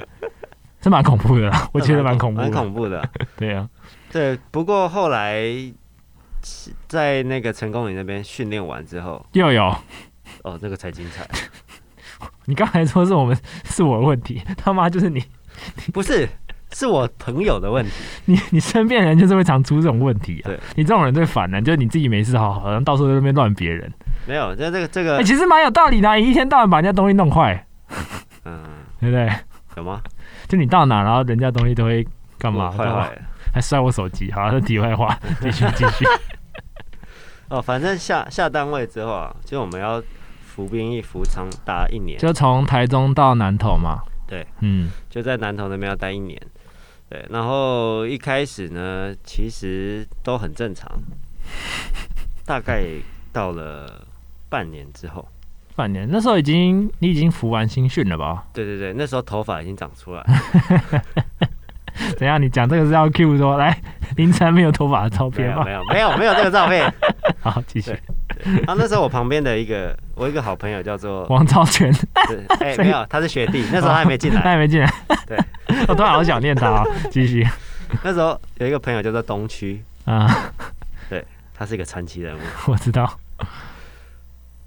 [SPEAKER 1] 这蛮恐怖的啦，我觉得蛮恐怖
[SPEAKER 2] 蛮
[SPEAKER 1] 的。
[SPEAKER 2] 恐 怖的，
[SPEAKER 1] 对啊，
[SPEAKER 2] 对，不过后来在那个成功岭那边训练完之后，
[SPEAKER 1] 又有
[SPEAKER 2] 哦，那个才精 彩。
[SPEAKER 1] 你刚才说是我们是我的问题，他妈就是你
[SPEAKER 2] 不是，是我朋友的问题。
[SPEAKER 1] 你你身边人就是会常出这种问题啊
[SPEAKER 2] 对。
[SPEAKER 1] 你这种人最烦了、就是你自己没事好，好像到处在那边乱别人。
[SPEAKER 2] 没有，这这个这
[SPEAKER 1] 哎、
[SPEAKER 2] 个，
[SPEAKER 1] 其实蛮有道理的啊、你一天到晚把人家东西弄坏，
[SPEAKER 2] 嗯，
[SPEAKER 1] 对不对？
[SPEAKER 2] 有吗？
[SPEAKER 1] 就你到哪，然后人家东西都会干嘛？
[SPEAKER 2] 坏
[SPEAKER 1] 干嘛
[SPEAKER 2] 坏的。
[SPEAKER 1] 还摔我手机。好，这题外话，继续继续。
[SPEAKER 2] 哦，反正下下单位之后啊，就我们要服兵役，服长达一年，
[SPEAKER 1] 就从台中到南投嘛。
[SPEAKER 2] 对，
[SPEAKER 1] 嗯，
[SPEAKER 2] 就在南投那边要待一年。对，然后一开始呢，其实都很正常，大概到了半年之后，
[SPEAKER 1] 半年那时候已经你已经服完新训了吧？
[SPEAKER 2] 对对对，那时候头发已经长出来了，
[SPEAKER 1] 怎样？你讲这个是要 Q 说来凌晨没有头发的照
[SPEAKER 2] 没
[SPEAKER 1] 片
[SPEAKER 2] 有
[SPEAKER 1] 吗
[SPEAKER 2] 没？有没有没有这个照片。
[SPEAKER 1] 好，继续
[SPEAKER 2] 对。然后那时候我旁边的一个我一个好朋友叫做，
[SPEAKER 1] 王超全，
[SPEAKER 2] 对哎、没有，他是学弟，那时
[SPEAKER 1] 哦
[SPEAKER 2] 候他还没进
[SPEAKER 1] 他
[SPEAKER 2] 来，
[SPEAKER 1] 还没进来。
[SPEAKER 2] 对，
[SPEAKER 1] 我突然好想念他啊！继续
[SPEAKER 2] 那时候有一个朋友叫做东区，
[SPEAKER 1] 啊，
[SPEAKER 2] 他是一个传奇人物，
[SPEAKER 1] 我知道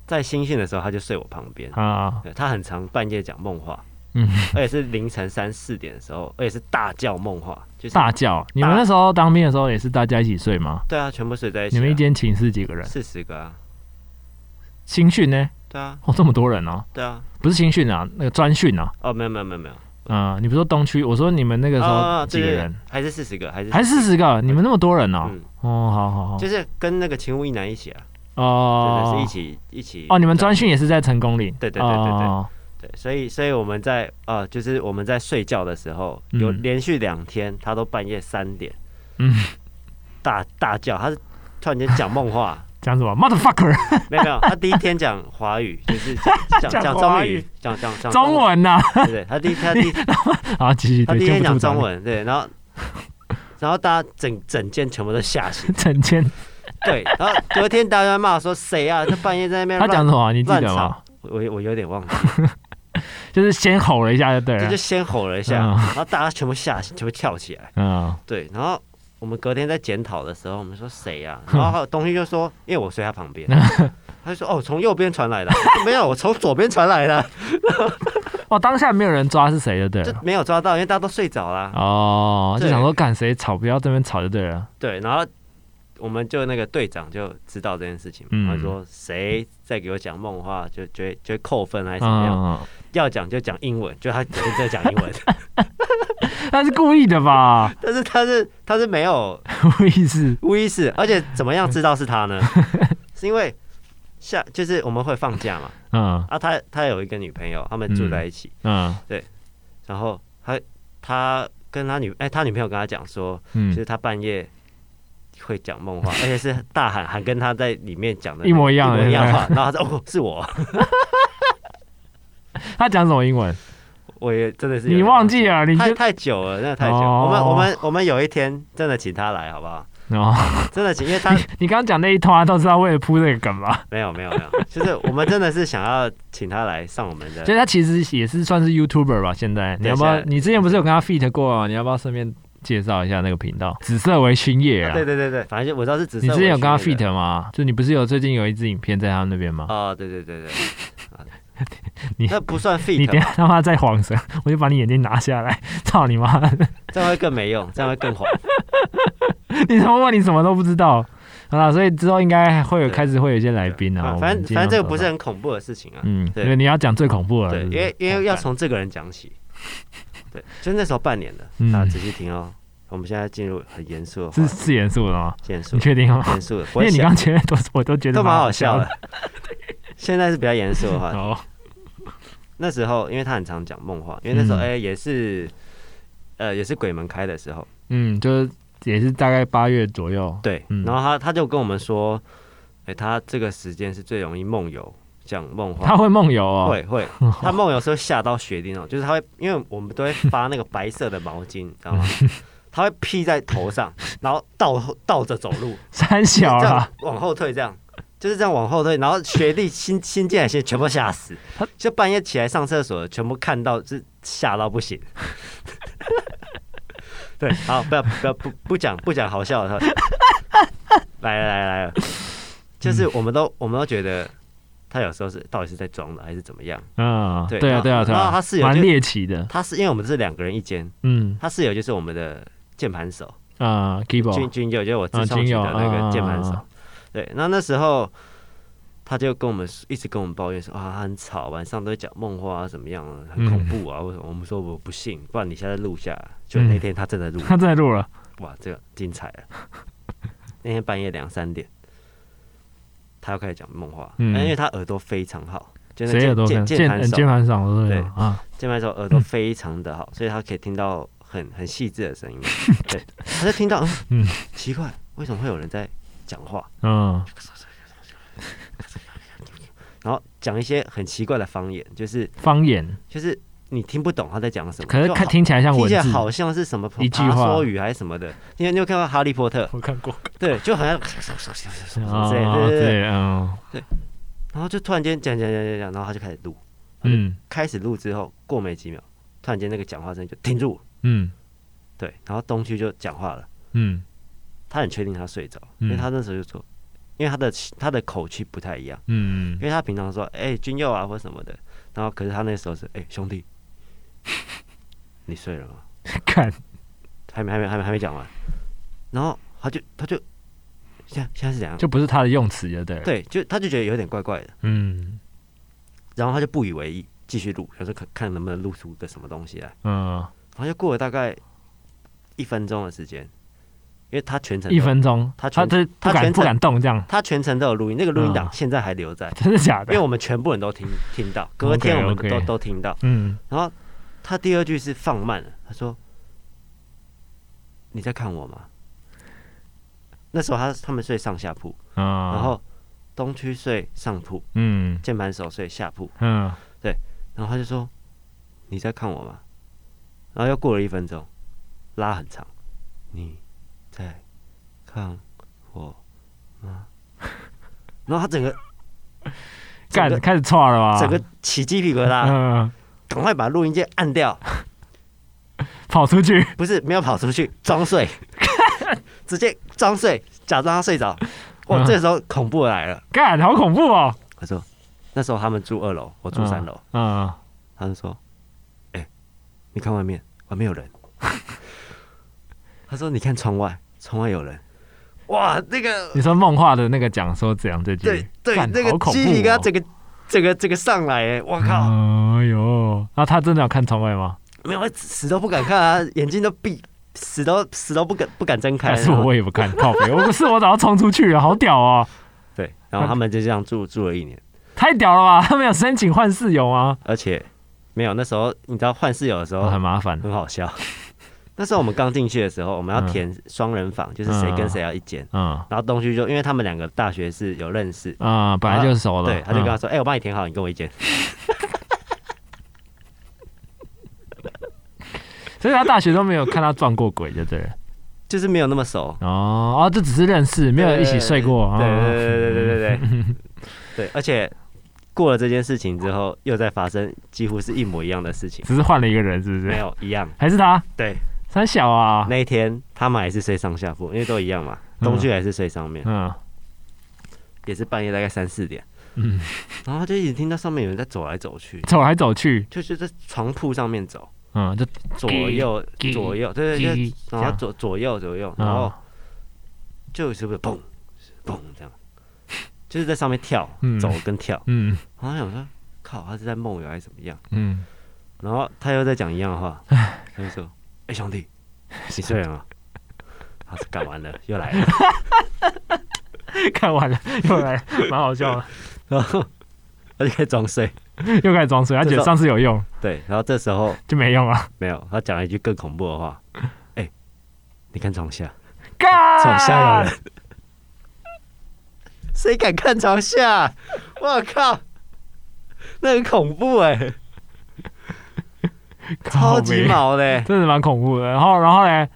[SPEAKER 2] 在新训的时候他就睡我旁边，
[SPEAKER 1] 啊，
[SPEAKER 2] 对他很常半夜讲梦话，
[SPEAKER 1] 嗯，
[SPEAKER 2] 而且是凌晨三四点的时候，而且是大叫梦话，就是
[SPEAKER 1] 大叫。你们那时候当兵的时候也是大家一起睡吗？
[SPEAKER 2] 对啊，全部睡在一起、
[SPEAKER 1] 你们一间寝室几个人？
[SPEAKER 2] 四十个啊，
[SPEAKER 1] 新训呢？
[SPEAKER 2] 对啊，
[SPEAKER 1] 哦，这么多人哦，
[SPEAKER 2] 对啊，
[SPEAKER 1] 不是新训啊，那个专训啊。
[SPEAKER 2] 哦，没有没有没有没有，
[SPEAKER 1] 嗯、你不说东区，我说你们那个时
[SPEAKER 2] 哦
[SPEAKER 1] 候
[SPEAKER 2] 哦
[SPEAKER 1] 几个
[SPEAKER 2] 对对
[SPEAKER 1] 人？
[SPEAKER 2] 还是四十个，还是
[SPEAKER 1] 还四十个？你们那么多人哦？
[SPEAKER 2] 嗯，
[SPEAKER 1] 哦，好好好，
[SPEAKER 2] 就是跟那个勤务一男一起啊，
[SPEAKER 1] 哦，
[SPEAKER 2] 对对，是一起一起
[SPEAKER 1] 哦，你们专训也是在成功岭？
[SPEAKER 2] 对对对对对
[SPEAKER 1] 哦
[SPEAKER 2] 对，所以所以我们在啊、就是我们在睡觉的时候，
[SPEAKER 1] 嗯
[SPEAKER 2] 有连续两天，他都半夜三点
[SPEAKER 1] 嗯，
[SPEAKER 2] 大大叫，他是突然间讲梦话，
[SPEAKER 1] 讲什么？motherfucker，
[SPEAKER 2] 没有没有，他第一天讲华语，就是 讲
[SPEAKER 1] 讲
[SPEAKER 2] 讲
[SPEAKER 1] 华
[SPEAKER 2] 中
[SPEAKER 1] 语
[SPEAKER 2] 语，讲讲讲
[SPEAKER 1] 中，文呐、
[SPEAKER 2] 对对，他第一 他第一
[SPEAKER 1] 好，继续。
[SPEAKER 2] 他
[SPEAKER 1] 对
[SPEAKER 2] 第一
[SPEAKER 1] 禁
[SPEAKER 2] 天
[SPEAKER 1] 不住
[SPEAKER 2] 讲中
[SPEAKER 1] 你，
[SPEAKER 2] 文，对，然后 然后大家整整间全部都 吓醒，
[SPEAKER 1] 整天
[SPEAKER 2] 对，然后隔天大家骂说谁啊，这半夜在那边
[SPEAKER 1] 他
[SPEAKER 2] 乱
[SPEAKER 1] 讲什么？你记
[SPEAKER 2] 乱
[SPEAKER 1] 得吗
[SPEAKER 2] 吵？，我我有点忘了，
[SPEAKER 1] 就是先吼了一下就对
[SPEAKER 2] 这
[SPEAKER 1] 了
[SPEAKER 2] 就。先吼了一下，
[SPEAKER 1] 嗯
[SPEAKER 2] 然后大家全部吓醒，全部跳起来。
[SPEAKER 1] 嗯，
[SPEAKER 2] 对，然后我们隔天在检讨的时候，我们说谁呀、啊？然后东西就说，因为我睡他 旁边，他就说哦，从右边传来的，我说没有，我从左边传来的，
[SPEAKER 1] 哦，当下没有人抓是谁 就对啊
[SPEAKER 2] 就
[SPEAKER 1] 了。
[SPEAKER 2] 没有抓到，因为大家都睡着啦。
[SPEAKER 1] 哦，就
[SPEAKER 2] 啊对
[SPEAKER 1] 想说干谁吵，不要这边吵就对了。
[SPEAKER 2] 对，然后我们就那个队长就知道这件事情，
[SPEAKER 1] 嗯
[SPEAKER 2] 他说谁再给我讲梦话，就就会就会扣分还哎是怎么样，
[SPEAKER 1] 嗯，
[SPEAKER 2] 要讲就讲英文，就他就在讲英文，
[SPEAKER 1] 他是故意的吧？
[SPEAKER 2] 但是他是他是没有
[SPEAKER 1] 无意识。
[SPEAKER 2] 无意识，而且怎么样知道是他呢？ 是因为下就是我们会放假嘛。
[SPEAKER 1] 嗯
[SPEAKER 2] 啊，他他有一个女朋友，他们住在一起，
[SPEAKER 1] 嗯
[SPEAKER 2] 然后他他跟他女哎、他女朋友跟他讲说，就
[SPEAKER 1] 嗯，
[SPEAKER 2] 是他半夜会讲梦话，而且是大喊喊跟他在里面讲 的
[SPEAKER 1] 一模一样的
[SPEAKER 2] 一模一样的话，然后他说哦是我，
[SPEAKER 1] 他讲什么英文？
[SPEAKER 2] 我也真的是有
[SPEAKER 1] 你
[SPEAKER 2] 点
[SPEAKER 1] 忘记了？你
[SPEAKER 2] 太
[SPEAKER 1] 就
[SPEAKER 2] 太久了，那太久了
[SPEAKER 1] 哦
[SPEAKER 2] 我们我们我们有一天真的请他来好不好？
[SPEAKER 1] 哦，
[SPEAKER 2] 真的请，因为他
[SPEAKER 1] 你刚刚讲那一通啊，都是他为了铺这个梗吧？
[SPEAKER 2] 没有没有没有，就是我们真的是想要请他来上我们的
[SPEAKER 1] 所以他其实也是算是 YouTuber 吧？现在你
[SPEAKER 2] 对
[SPEAKER 1] 要不要？
[SPEAKER 2] 现在
[SPEAKER 1] 你之前不是有跟他 feat 过啊？你要不要顺便介绍一下那个频道？紫色为勋业啊
[SPEAKER 2] 对？对对对，反正就我知道是紫色
[SPEAKER 1] 你
[SPEAKER 2] 微
[SPEAKER 1] 之
[SPEAKER 2] 醺的。
[SPEAKER 1] 前有跟他 feat 吗？就你不是有最近有一支影片在他们那边吗？
[SPEAKER 2] 哦，对对对对，啊
[SPEAKER 1] 你
[SPEAKER 2] 那不算 fit，
[SPEAKER 1] 你等一下他妈再晃神， 我就把你眼睛拿下来！操你妈！
[SPEAKER 2] 这样会更没用，这样会更黄。
[SPEAKER 1] 你怎么问你什么都不知道？好啦，所以之后应该会有
[SPEAKER 2] 对
[SPEAKER 1] 开始会有一些来宾啊。
[SPEAKER 2] 啊
[SPEAKER 1] 我们
[SPEAKER 2] 反正
[SPEAKER 1] 尽
[SPEAKER 2] 反
[SPEAKER 1] 量
[SPEAKER 2] 正这个
[SPEAKER 1] 找
[SPEAKER 2] 不是
[SPEAKER 1] 到
[SPEAKER 2] 很恐怖的事情啊。
[SPEAKER 1] 嗯，
[SPEAKER 2] 对
[SPEAKER 1] 因为你要讲最恐怖了，
[SPEAKER 2] 对，
[SPEAKER 1] 是
[SPEAKER 2] 因
[SPEAKER 1] 不是
[SPEAKER 2] 为因为要
[SPEAKER 1] 嗯好
[SPEAKER 2] 从这个人 讲起。对，就那时候半年的，
[SPEAKER 1] 嗯
[SPEAKER 2] 大家仔细听哦。我们现在进入很严肃的话
[SPEAKER 1] 是，是严肃的吗？
[SPEAKER 2] 严肃
[SPEAKER 1] 你确定吗？
[SPEAKER 2] 严肃的，
[SPEAKER 1] 因
[SPEAKER 2] 不会
[SPEAKER 1] 为你
[SPEAKER 2] 笑
[SPEAKER 1] 刚前面都是我都觉得
[SPEAKER 2] 都蛮好
[SPEAKER 1] 笑
[SPEAKER 2] 笑的。。 现在是比较严肃的话，
[SPEAKER 1] 哦，
[SPEAKER 2] 那时候因为他很常讲梦话，因为那时候
[SPEAKER 1] 嗯
[SPEAKER 2] 哎也是呃也是鬼门开的时候，
[SPEAKER 1] 嗯，就是也是大概八月左右。
[SPEAKER 2] 对
[SPEAKER 1] 嗯，
[SPEAKER 2] 然后他他就跟我们说，哎他这个时间是最容易梦游讲梦话
[SPEAKER 1] 他，会梦游哦，
[SPEAKER 2] 会 会，他梦游时候吓到雪地那种，就是他会，因为我们都会发那个白色的毛巾，你知道 吗？他会披在头上，然后倒后倒着走路，
[SPEAKER 1] 三
[SPEAKER 2] 就是
[SPEAKER 1] 小啊
[SPEAKER 2] 这
[SPEAKER 1] 啦
[SPEAKER 2] 样，往后退，这样就是这样往后退，然后学弟新 新进来的新全部吓死
[SPEAKER 1] 他，
[SPEAKER 2] 就半夜起来上厕所，全部看到是吓到 不行。对，好，不要不要不不讲不讲好笑
[SPEAKER 1] 嗯
[SPEAKER 2] 的，来了来了来了，就是我们都我们都觉得他有时候是到底是在装的还是怎么样？
[SPEAKER 1] 嗯，
[SPEAKER 2] 对
[SPEAKER 1] 对啊，
[SPEAKER 2] 那
[SPEAKER 1] 对啊，对
[SPEAKER 2] 然后
[SPEAKER 1] 啊
[SPEAKER 2] 他室，友就
[SPEAKER 1] 蛮猎奇的，
[SPEAKER 2] 他是因为我们是两个人一间，
[SPEAKER 1] 嗯
[SPEAKER 2] 他室友就是我们的键盘手
[SPEAKER 1] 啊
[SPEAKER 2] 军
[SPEAKER 1] ，keyboard，
[SPEAKER 2] 军友，就是我自
[SPEAKER 1] 啊，
[SPEAKER 2] 创
[SPEAKER 1] 精
[SPEAKER 2] 曲
[SPEAKER 1] 油
[SPEAKER 2] 的那个键盘手。
[SPEAKER 1] 啊
[SPEAKER 2] 对，那那时候他就跟我们一直跟我们抱怨说啊，他很吵，晚上都会讲梦话啊，怎么样啊，很恐怖啊，为什么？我们说我不信，不然你现在录下来。就那天他真的录，
[SPEAKER 1] 他在录了，
[SPEAKER 2] 哇，这个精彩了。那天半夜两三点，他又开始讲梦话，
[SPEAKER 1] 嗯
[SPEAKER 2] 那因为他耳朵非常好，就是
[SPEAKER 1] 谁耳朵
[SPEAKER 2] 键
[SPEAKER 1] 看
[SPEAKER 2] 键盘
[SPEAKER 1] 键呃
[SPEAKER 2] 手
[SPEAKER 1] 键盘手都
[SPEAKER 2] 对
[SPEAKER 1] 有啊，
[SPEAKER 2] 键盘手耳朵非常的好，所以他可以听到很很细致的 声音。对，他就听到，嗯
[SPEAKER 1] 嗯，
[SPEAKER 2] 奇怪，为什么会有人在讲话？
[SPEAKER 1] 嗯
[SPEAKER 2] 然后讲一些很奇怪的方言，就是
[SPEAKER 1] 方言，
[SPEAKER 2] 就是你听不懂他在讲什么，
[SPEAKER 1] 可是
[SPEAKER 2] 就
[SPEAKER 1] 看
[SPEAKER 2] 好
[SPEAKER 1] 听起来像
[SPEAKER 2] 听
[SPEAKER 1] 文
[SPEAKER 2] 起来
[SPEAKER 1] 字，
[SPEAKER 2] 好像是什么
[SPEAKER 1] 一句话
[SPEAKER 2] 爬梭语还是什么的。因为你有看到《哈利波特》
[SPEAKER 1] 我看过，
[SPEAKER 2] 对，就好 像 之类
[SPEAKER 1] 啊，
[SPEAKER 2] 的对对哦对。
[SPEAKER 1] 对，嗯
[SPEAKER 2] 然后就突然间讲讲讲讲讲，然后他就开始录，
[SPEAKER 1] 嗯
[SPEAKER 2] 开始录之后过没几秒，突然间那个讲话声就停住了，
[SPEAKER 1] 嗯
[SPEAKER 2] 对，然后东区就讲话了，
[SPEAKER 1] 嗯
[SPEAKER 2] 他很确定他睡着，因
[SPEAKER 1] 嗯
[SPEAKER 2] 为他那时候就说，因为他的他的口气不太一样，
[SPEAKER 1] 嗯
[SPEAKER 2] 因，为他平常说哎、军佑啊或什么的，然后可是他那时候是哎、兄弟，你睡了吗？
[SPEAKER 1] 看，
[SPEAKER 2] 还没还没还没还没讲完，然后他就他就现在现在是怎样？
[SPEAKER 1] 就不是他的用词，就对了，，
[SPEAKER 2] 对，就他就觉得有点怪怪的，
[SPEAKER 1] 嗯
[SPEAKER 2] 然后他就不以为意，继续录，想说看看能不能录出个什么东西来。
[SPEAKER 1] 嗯，
[SPEAKER 2] 然后就过了大概一分钟的时间，因为他全程都
[SPEAKER 1] 一，分钟，
[SPEAKER 2] 他
[SPEAKER 1] 他
[SPEAKER 2] 全
[SPEAKER 1] 这
[SPEAKER 2] 他
[SPEAKER 1] 不敢
[SPEAKER 2] 全
[SPEAKER 1] 不
[SPEAKER 2] 程
[SPEAKER 1] 敢动，这样
[SPEAKER 2] 他全程都有录音，那个录音档
[SPEAKER 1] 嗯
[SPEAKER 2] 现在还留在，
[SPEAKER 1] 真的假
[SPEAKER 2] 因为
[SPEAKER 1] 的？
[SPEAKER 2] 我们全部人都听听到，隔天我们都
[SPEAKER 1] OK，OK
[SPEAKER 2] 都听到。
[SPEAKER 1] 嗯，
[SPEAKER 2] 然后他第二句是放慢了，他说：“你在看我吗？”那时候他他们睡上下铺。
[SPEAKER 1] 啊，
[SPEAKER 2] 然后东区睡上铺，
[SPEAKER 1] 嗯
[SPEAKER 2] 键盘手睡下铺。
[SPEAKER 1] 嗯
[SPEAKER 2] 然后他就说：“你在看我吗？”然后又过了一分钟，拉很长，你在看我吗？然后他整个整
[SPEAKER 1] 干
[SPEAKER 2] 个
[SPEAKER 1] 开始错了吧？
[SPEAKER 2] 整个起鸡皮疙瘩，
[SPEAKER 1] 嗯
[SPEAKER 2] 赶快把录音键按掉，
[SPEAKER 1] 跑出去，
[SPEAKER 2] 不是没有跑出去，装睡， 直接装睡，假装他睡着。哇，
[SPEAKER 1] 嗯
[SPEAKER 2] 这时候恐怖的来了。
[SPEAKER 1] 干好恐怖哦！
[SPEAKER 2] 他说：“那时候他们住二楼，我住三楼。”
[SPEAKER 1] 嗯，
[SPEAKER 2] 他就说：“哎、你看外面，外面有 人。”他说：“你看窗外，窗外有人。”哇，那个
[SPEAKER 1] 你说梦话的那个讲说怎样这句？
[SPEAKER 2] 对对，
[SPEAKER 1] 干
[SPEAKER 2] 那
[SPEAKER 1] 好
[SPEAKER 2] 个
[SPEAKER 1] 恐怖
[SPEAKER 2] 鸡皮疙瘩
[SPEAKER 1] 哦
[SPEAKER 2] 整个整个整个上来，哎，我靠，
[SPEAKER 1] 哎呦，那他真的有看窗外吗？
[SPEAKER 2] 没有，死都不敢看啊，眼睛都闭，死都死都不敢不敢睁开。啊
[SPEAKER 1] 还是
[SPEAKER 2] 然
[SPEAKER 1] 我
[SPEAKER 2] 后
[SPEAKER 1] 我也不看，靠北，我不是我早就冲出去了，好屌哦！
[SPEAKER 2] 对，然后他们就这样住住了一年，
[SPEAKER 1] 太屌了吧！他们有申请换室友吗？
[SPEAKER 2] 而且没有那时候你知道换室友的时候、
[SPEAKER 1] 哦，很麻烦。
[SPEAKER 2] 很好笑。 那时候我们刚进去的时候，我们要填双人房，就是谁跟谁要一间。
[SPEAKER 1] 嗯
[SPEAKER 2] 然后东区就因为他们两个大学是有认识，
[SPEAKER 1] 啊，本来就熟了。
[SPEAKER 2] 对，他就跟他
[SPEAKER 1] 嗯
[SPEAKER 2] 说：“哎、我帮你填好，你跟我一间。
[SPEAKER 1] 嗯所以他大学都没有看他撞过鬼，就对了。”
[SPEAKER 2] 就是没有那么熟，
[SPEAKER 1] 哦哦，这只是认识，没有一起睡过。
[SPEAKER 2] 对
[SPEAKER 1] 嗯
[SPEAKER 2] 对对对对对 对对，而且过了这件事情之后，又再发生几乎是一模一样的事情，
[SPEAKER 1] 只是换了一个人，是不
[SPEAKER 2] 没
[SPEAKER 1] 是？
[SPEAKER 2] 有一样。
[SPEAKER 1] 还是他？
[SPEAKER 2] 对，
[SPEAKER 1] 三小啊，
[SPEAKER 2] 那一天他们还是睡上下铺，因为都一样嘛，
[SPEAKER 1] 嗯
[SPEAKER 2] 东区还是睡上面，
[SPEAKER 1] 嗯
[SPEAKER 2] 也是半夜大概三四点，
[SPEAKER 1] 嗯，
[SPEAKER 2] 然后他就一直听到上面有人在走来走去，
[SPEAKER 1] 走来走去，
[SPEAKER 2] 就是在床铺上面走，
[SPEAKER 1] 嗯，就
[SPEAKER 2] 左右
[SPEAKER 1] 叽
[SPEAKER 2] 左右，对对对，
[SPEAKER 1] 这
[SPEAKER 2] 然后
[SPEAKER 1] 样
[SPEAKER 2] 左左右左右，然后
[SPEAKER 1] 嗯
[SPEAKER 2] 就是不是砰砰这样，就是在上面跳、
[SPEAKER 1] 嗯
[SPEAKER 2] 走跟跳。
[SPEAKER 1] 嗯
[SPEAKER 2] 然后想说，靠，他是在梦游还是怎么样？
[SPEAKER 1] 嗯，
[SPEAKER 2] 然后他又在讲一样的话，他就说：“哎、兄弟，你 睡了吗？”他说：“干完了，又来了。
[SPEAKER 1] 看完了又来了，蛮好笑的，”
[SPEAKER 2] 然后他就开始装睡。
[SPEAKER 1] 又开始装睡，他觉
[SPEAKER 2] 这时
[SPEAKER 1] 得
[SPEAKER 2] 候
[SPEAKER 1] 上次有用
[SPEAKER 2] 对，然后这时候
[SPEAKER 1] 就没用了，
[SPEAKER 2] 没有，他讲了一句更恐怖的 话：“哎、你看床下，
[SPEAKER 1] 干
[SPEAKER 2] 床下有人。” 谁敢看床下？我靠，那很恐怖哎、超
[SPEAKER 1] 靠
[SPEAKER 2] 级
[SPEAKER 1] 北，
[SPEAKER 2] 毛的、欸。
[SPEAKER 1] 真的蛮恐怖的。然后然后嘞，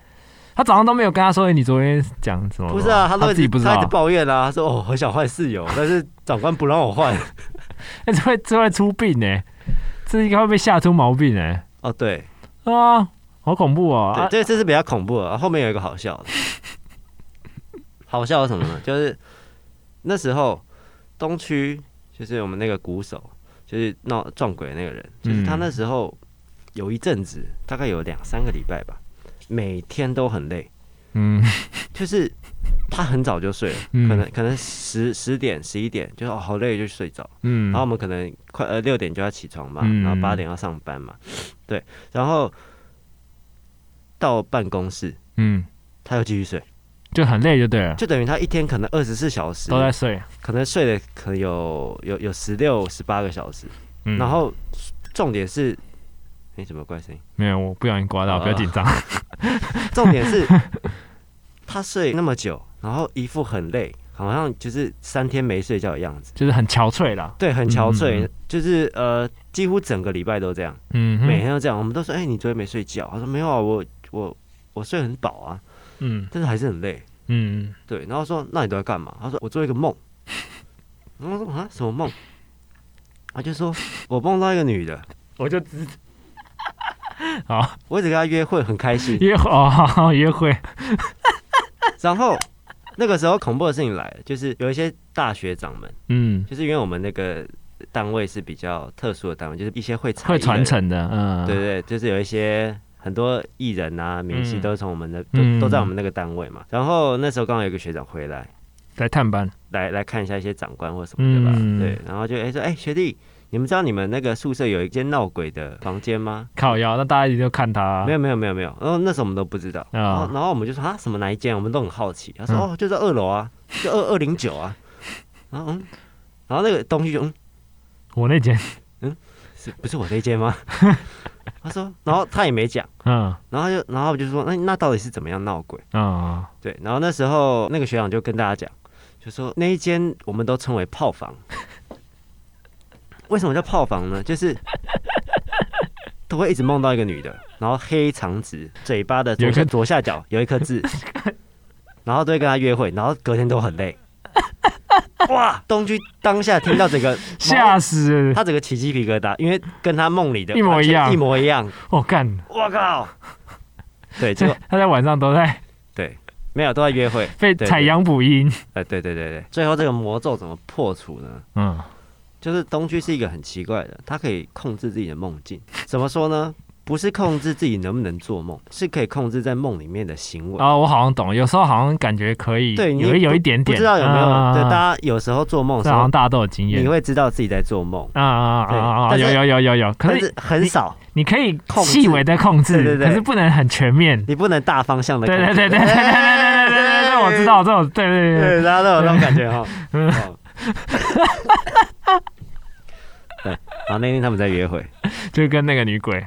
[SPEAKER 1] 他早上都没有跟他说哎你昨天讲什么吗，
[SPEAKER 2] 不是啊，他
[SPEAKER 1] 他
[SPEAKER 2] 都一
[SPEAKER 1] 自
[SPEAKER 2] 直
[SPEAKER 1] 己不知
[SPEAKER 2] 他一
[SPEAKER 1] 道
[SPEAKER 2] 直，抱怨啊，他说哦，很想换室友，但是长官不让我换。
[SPEAKER 1] 哎这会这会出病呢，这应该会被吓出毛病呢，
[SPEAKER 2] 哦，对
[SPEAKER 1] 啊，好恐怖哦，
[SPEAKER 2] 对
[SPEAKER 1] 啊，
[SPEAKER 2] 这这是比较恐怖的，后面有一个好笑 的，好笑的什么呢？就是那时候东区就是我们那个鼓手，就是闹撞鬼的那个人，就是他那时候有一阵子，大概有两三个礼拜吧，每天都很累，
[SPEAKER 1] 嗯
[SPEAKER 2] 就是他很早就睡了，
[SPEAKER 1] 嗯
[SPEAKER 2] 可能可能十十点十一点，就是哦好累就睡着，
[SPEAKER 1] 嗯，
[SPEAKER 2] 然后我们可能快呃六点就要起床嘛，
[SPEAKER 1] 嗯
[SPEAKER 2] 然后八点要上班嘛，对，然后到办公室
[SPEAKER 1] 嗯，
[SPEAKER 2] 他又继续睡，
[SPEAKER 1] 就很累就对了，
[SPEAKER 2] 就等于他一天可能二十四小时
[SPEAKER 1] 都在睡，
[SPEAKER 2] 可能睡了可能有有有十六十八个小时，
[SPEAKER 1] 嗯，
[SPEAKER 2] 然后重点是，没什么怪 声音，
[SPEAKER 1] 没有，我不小心刮到，
[SPEAKER 2] 哦
[SPEAKER 1] 不要紧张，
[SPEAKER 2] 重点是他睡那么久，然后一副很累，好像就是三天没睡觉的样子，
[SPEAKER 1] 就是很憔悴啦，
[SPEAKER 2] 对，很憔悴，
[SPEAKER 1] 嗯
[SPEAKER 2] 就是呃几乎整个礼拜都这样，
[SPEAKER 1] 嗯哼，
[SPEAKER 2] 每天都这样，我们都说，哎、你昨天没睡觉，他说没有啊，我我我睡很饱啊，
[SPEAKER 1] 嗯
[SPEAKER 2] 但是还是很累，
[SPEAKER 1] 嗯
[SPEAKER 2] 对，然后说那你都在干嘛？他说我做一个梦，然后我说啊什么梦？他就说我梦到一个女的，
[SPEAKER 1] 我就知，好
[SPEAKER 2] 我一直跟她约会很开心，
[SPEAKER 1] 约会 哦，好好约会，
[SPEAKER 2] 然后那个时候恐怖的事情来了，就是有一些大学长们，
[SPEAKER 1] 嗯，
[SPEAKER 2] 就是因为我们那个单位是比较特殊的单位，就是一些会才艺
[SPEAKER 1] 会
[SPEAKER 2] 的
[SPEAKER 1] 传
[SPEAKER 2] 人，
[SPEAKER 1] 承的，嗯，
[SPEAKER 2] 对，对，就是有一些。很多艺人啊，明
[SPEAKER 1] 嗯
[SPEAKER 2] 星都是从我们的、
[SPEAKER 1] 嗯
[SPEAKER 2] 都都在我们那个单位嘛。然后那时候刚好有一个学长回来，
[SPEAKER 1] 来探班，
[SPEAKER 2] 来来看一下一些长官或什么的吧。
[SPEAKER 1] 嗯
[SPEAKER 2] 对，然后就哎、说，哎、学弟，你们知道你们那个宿舍有一间闹鬼的房间吗？
[SPEAKER 1] 靠腰，那大家一定就看他啊，
[SPEAKER 2] 没有没有没有没有，然后那时候我们都不知道，然后然后我们就说啊什么哪一间，我们都很好奇。他说、
[SPEAKER 1] 嗯
[SPEAKER 2] 哦就在二楼啊，就二二零九啊。然后嗯，然后那个东西就嗯
[SPEAKER 1] 我那间，
[SPEAKER 2] 是不是我那间吗？ 他说，然后他也没讲，
[SPEAKER 1] 嗯
[SPEAKER 2] 然后他就然后我就说那那到底是怎么样闹鬼？
[SPEAKER 1] 嗯
[SPEAKER 2] 对，然后那时候那个学长就跟大家讲，就说那一间我们都称为炮房。为什么叫炮房呢？就是都会一直梦到一个女的，然后黑长直，嘴巴的
[SPEAKER 1] 有一
[SPEAKER 2] 左
[SPEAKER 1] 颗
[SPEAKER 2] 下左下角有一颗 痣，然后都会跟她约会，然后隔天都很累。哇！东区当下听到整个
[SPEAKER 1] 吓死，
[SPEAKER 2] 他整个起鸡皮疙瘩，因为跟他梦里的
[SPEAKER 1] 一模一样
[SPEAKER 2] 完全一模 一样。
[SPEAKER 1] 我干，
[SPEAKER 2] 我靠！对，结
[SPEAKER 1] 这
[SPEAKER 2] 果
[SPEAKER 1] 他在晚上都在
[SPEAKER 2] 对没有都在约会，
[SPEAKER 1] 被
[SPEAKER 2] 对
[SPEAKER 1] 采
[SPEAKER 2] 对
[SPEAKER 1] 阳补阴，
[SPEAKER 2] 哎，对对对对，最后这个魔咒怎么破除呢？
[SPEAKER 1] 嗯
[SPEAKER 2] 就是东区是一个很奇怪的，他可以控制自己的梦境。怎么说呢？不是控制自己能不能做梦，是可以控制在梦里面的行为。
[SPEAKER 1] 啊，我好像懂，有时候好像感觉可以，
[SPEAKER 2] 对你
[SPEAKER 1] 有有一点
[SPEAKER 2] 不
[SPEAKER 1] 点，
[SPEAKER 2] 知道有没有？
[SPEAKER 1] 啊
[SPEAKER 2] 对，大家有时候做梦的
[SPEAKER 1] 这
[SPEAKER 2] 时
[SPEAKER 1] 好
[SPEAKER 2] 候
[SPEAKER 1] 像，大家都有经验
[SPEAKER 2] 你，会知道自己在做梦，
[SPEAKER 1] 啊啊啊啊啊！
[SPEAKER 2] 对但
[SPEAKER 1] 有
[SPEAKER 2] 是
[SPEAKER 1] 有有有有，可
[SPEAKER 2] 但
[SPEAKER 1] 是
[SPEAKER 2] 是很少，
[SPEAKER 1] 你可以
[SPEAKER 2] 控制
[SPEAKER 1] 细微的控制，
[SPEAKER 2] 对对对
[SPEAKER 1] 可是不能很全面。
[SPEAKER 2] 你不能大方向的。
[SPEAKER 1] 对对对对对对对对对对对，我知道这嗯种对对对对，
[SPEAKER 2] 对，大家都有那种感觉哈。 哦对，然后那天他们在约会，
[SPEAKER 1] 就跟那个女鬼，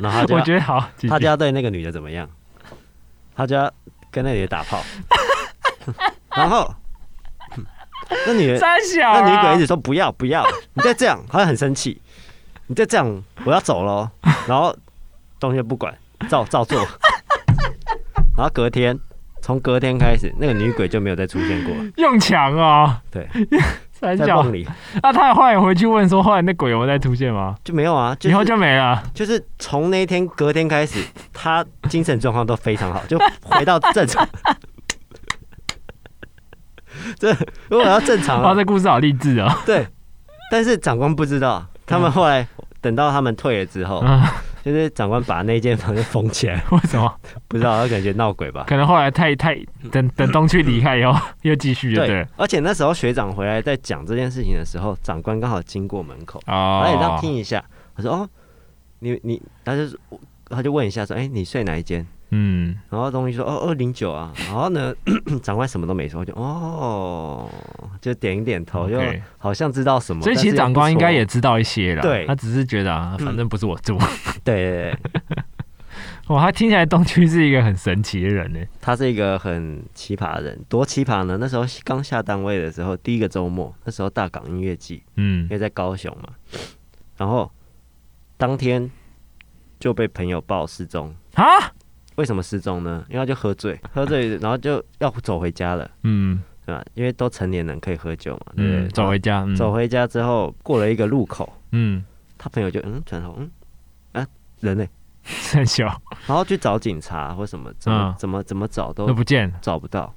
[SPEAKER 2] 然后他就
[SPEAKER 1] 我
[SPEAKER 2] 要
[SPEAKER 1] 觉得好， 继续
[SPEAKER 2] 他就要对那个女的怎么样？他就要跟那女的打炮， 然后 那女的
[SPEAKER 1] 三小啊，
[SPEAKER 2] 那女鬼一直说不要不要，你再这样，她很生气，你再这样我要走喽。然后东西不管，照照做。然后隔天，从隔天开始，那个女鬼就没有再出现过了，
[SPEAKER 1] 用强哦，
[SPEAKER 2] 对，
[SPEAKER 1] 三
[SPEAKER 2] 在
[SPEAKER 1] 小
[SPEAKER 2] 梦。里
[SPEAKER 1] 那他后来回去问说，后来那鬼有没有再出现吗？
[SPEAKER 2] 就没有啊，就
[SPEAKER 1] 以后
[SPEAKER 2] 是
[SPEAKER 1] 就没了。
[SPEAKER 2] 就是从那天隔天开始， 她精神状况都非常好，就回到正常。 这如果要正常
[SPEAKER 1] 哇，
[SPEAKER 2] 啊，
[SPEAKER 1] 这故事好励志哦。
[SPEAKER 2] 对。但是长官不知道，他们后来等到他们退了之后，
[SPEAKER 1] 嗯，
[SPEAKER 2] 就是长官把那间房间封起来，
[SPEAKER 1] 为什么？
[SPEAKER 2] 不知道他感觉闹鬼吧？
[SPEAKER 1] 可能后来太太等等东区离开以后 又继续就对了。
[SPEAKER 2] 而且那时候学长回来在讲这件事情的时候，长官刚好经过门口，
[SPEAKER 1] 哦
[SPEAKER 2] 然后也让听一下，我说哦，你你，他就他就问一下说，哎、你睡哪一间？
[SPEAKER 1] 嗯，
[SPEAKER 2] 然后东西说哦二零九啊，然后呢 长官什么都没说，就哦就点一点头，就
[SPEAKER 1] OK
[SPEAKER 2] 好像知道什么。
[SPEAKER 1] 所以
[SPEAKER 2] 但
[SPEAKER 1] 其实
[SPEAKER 2] 是
[SPEAKER 1] 长
[SPEAKER 2] 又不
[SPEAKER 1] 官应该
[SPEAKER 2] 说
[SPEAKER 1] 也知道一些啦，
[SPEAKER 2] 对
[SPEAKER 1] 他只是觉得啊，反正不是我 做。
[SPEAKER 2] 对对对，
[SPEAKER 1] 哇，他听起来东区是一个很神奇的人呢。
[SPEAKER 2] 他是一个很奇葩的人，多奇葩呢？那时候刚下单位的时候，第一个周末，那时候大港音乐季，
[SPEAKER 1] 嗯
[SPEAKER 2] 因，为在高雄嘛，然后当天就被朋友报失踪。
[SPEAKER 1] 啊，
[SPEAKER 2] 为什么失踪呢？因为他就喝醉，喝醉然后就要走回家了，
[SPEAKER 1] 嗯
[SPEAKER 2] 对吧？因为都成年人可以喝酒嘛，对不对？啊
[SPEAKER 1] 嗯，走回家，嗯
[SPEAKER 2] 走，回家之后，过了一个路口，
[SPEAKER 1] 嗯，
[SPEAKER 2] 他朋友就嗯转头嗯啊人呢？
[SPEAKER 1] 很小
[SPEAKER 2] 然后去找警察或什么，怎么、
[SPEAKER 1] 嗯
[SPEAKER 2] 怎么怎么找
[SPEAKER 1] 都
[SPEAKER 2] 都
[SPEAKER 1] 不见了，
[SPEAKER 2] 找不到。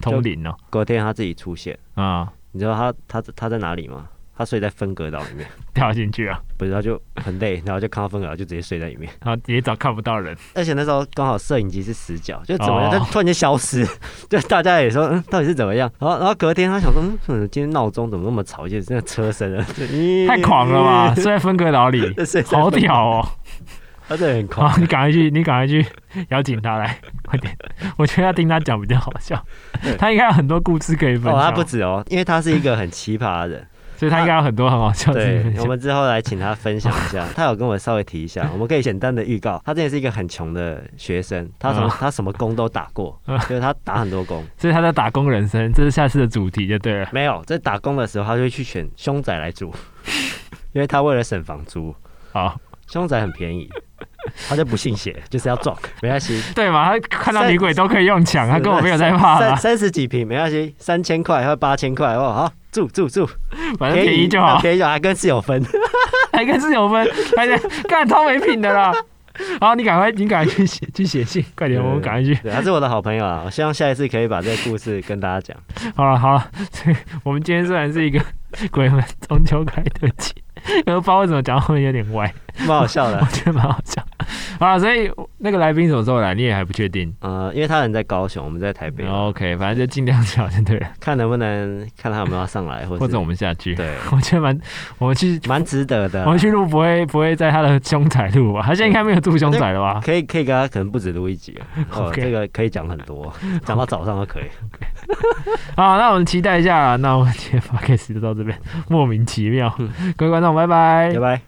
[SPEAKER 1] 通灵哦，
[SPEAKER 2] 隔天他自己出现，
[SPEAKER 1] 啊，
[SPEAKER 2] 你知道他他他在哪里吗？他睡在分隔岛里面，
[SPEAKER 1] 掉进去啊，
[SPEAKER 2] 不是他就很累，然后就看到分隔岛就直接睡在里面，
[SPEAKER 1] 然后啊也找看不到人，
[SPEAKER 2] 而且那时候刚好摄影机是死角，就怎么样，
[SPEAKER 1] 哦
[SPEAKER 2] 就突然间消失， 就大家也说嗯到底是怎么样，然后然后隔天他想说嗯怎么今天闹钟怎么那么吵，就是那车声啊，就咦
[SPEAKER 1] 太狂了 吧？睡在分隔岛里，
[SPEAKER 2] 这睡在
[SPEAKER 1] 好
[SPEAKER 2] 分隔，
[SPEAKER 1] 屌哦！
[SPEAKER 2] 他真的很狂
[SPEAKER 1] 好，，你赶快去，你赶快去 邀请他来， 快点！我觉得要听他讲比较好笑
[SPEAKER 2] 对，
[SPEAKER 1] 他应该有很多故事可以分
[SPEAKER 2] 哦他
[SPEAKER 1] 享，
[SPEAKER 2] 不止哦，因为他是一个很奇葩的人。
[SPEAKER 1] 所 以他应该有很多很好笑的事
[SPEAKER 2] 对
[SPEAKER 1] 情，
[SPEAKER 2] 我
[SPEAKER 1] 分享。
[SPEAKER 2] 们之后来请他分享一下，他有跟我稍微提一下， 我们可以简单的预告，他之前是一个很穷的学生，他什么、
[SPEAKER 1] 嗯
[SPEAKER 2] 他什么工都打过，
[SPEAKER 1] 嗯
[SPEAKER 2] 就是他打很多工，
[SPEAKER 1] 所以他在打工人生，这是下次的主题就对了。
[SPEAKER 2] 没有在打工的时候，他就会去选凶宅来住， 因为他为了省房租，
[SPEAKER 1] 好，
[SPEAKER 2] 凶宅很 便宜，他就不信邪，就是要撞，没关系。
[SPEAKER 1] 对嘛？他看到
[SPEAKER 2] 三
[SPEAKER 1] 女鬼都可以用抢，他根本没有在怕
[SPEAKER 2] 三
[SPEAKER 1] 啦，
[SPEAKER 2] 三十几平没关系，三千块或八千块哦，好住住住，
[SPEAKER 1] 反正便宜就
[SPEAKER 2] 那
[SPEAKER 1] 好。
[SPEAKER 2] 便宜就好，还跟室友分。
[SPEAKER 1] 还跟室友分，还在干超没品的啦。 好，你赶快，你赶快去写去写信，快点，我们赶快去。
[SPEAKER 2] 对，他是我的好朋友啊，我希望下一次可以把这个故事跟大家讲。
[SPEAKER 1] 好了好了， 这我们今天虽然是一个鬼门中秋开特 辑，可是不知道为什么讲到后面有点歪，
[SPEAKER 2] 蛮好笑的
[SPEAKER 1] 我。觉得蛮好笑。啊，所以那个来宾什么时候来，你也还不确定。
[SPEAKER 2] 呃，因为他人在高雄，我们在台北，
[SPEAKER 1] OK，反正就尽量找就对了，
[SPEAKER 2] 看能不能看他有没有要上来，或
[SPEAKER 1] 或
[SPEAKER 2] 者
[SPEAKER 1] 者我们下去。
[SPEAKER 2] 对，
[SPEAKER 1] 我觉得蛮，我们去
[SPEAKER 2] 蛮值得的啊
[SPEAKER 1] 我。们去录不会不会在他的凶宅录吧？他现在应该没有住凶宅了吧？
[SPEAKER 2] 可以可以，跟他可能不止录一集，哦，
[SPEAKER 1] OK
[SPEAKER 2] 这个可以讲很多，讲到早上都 可以。
[SPEAKER 1] 好，那我们 期待一下啦。那我们今天 podcast 就到这边，莫名其妙，各位观众，拜拜
[SPEAKER 2] 拜。拜。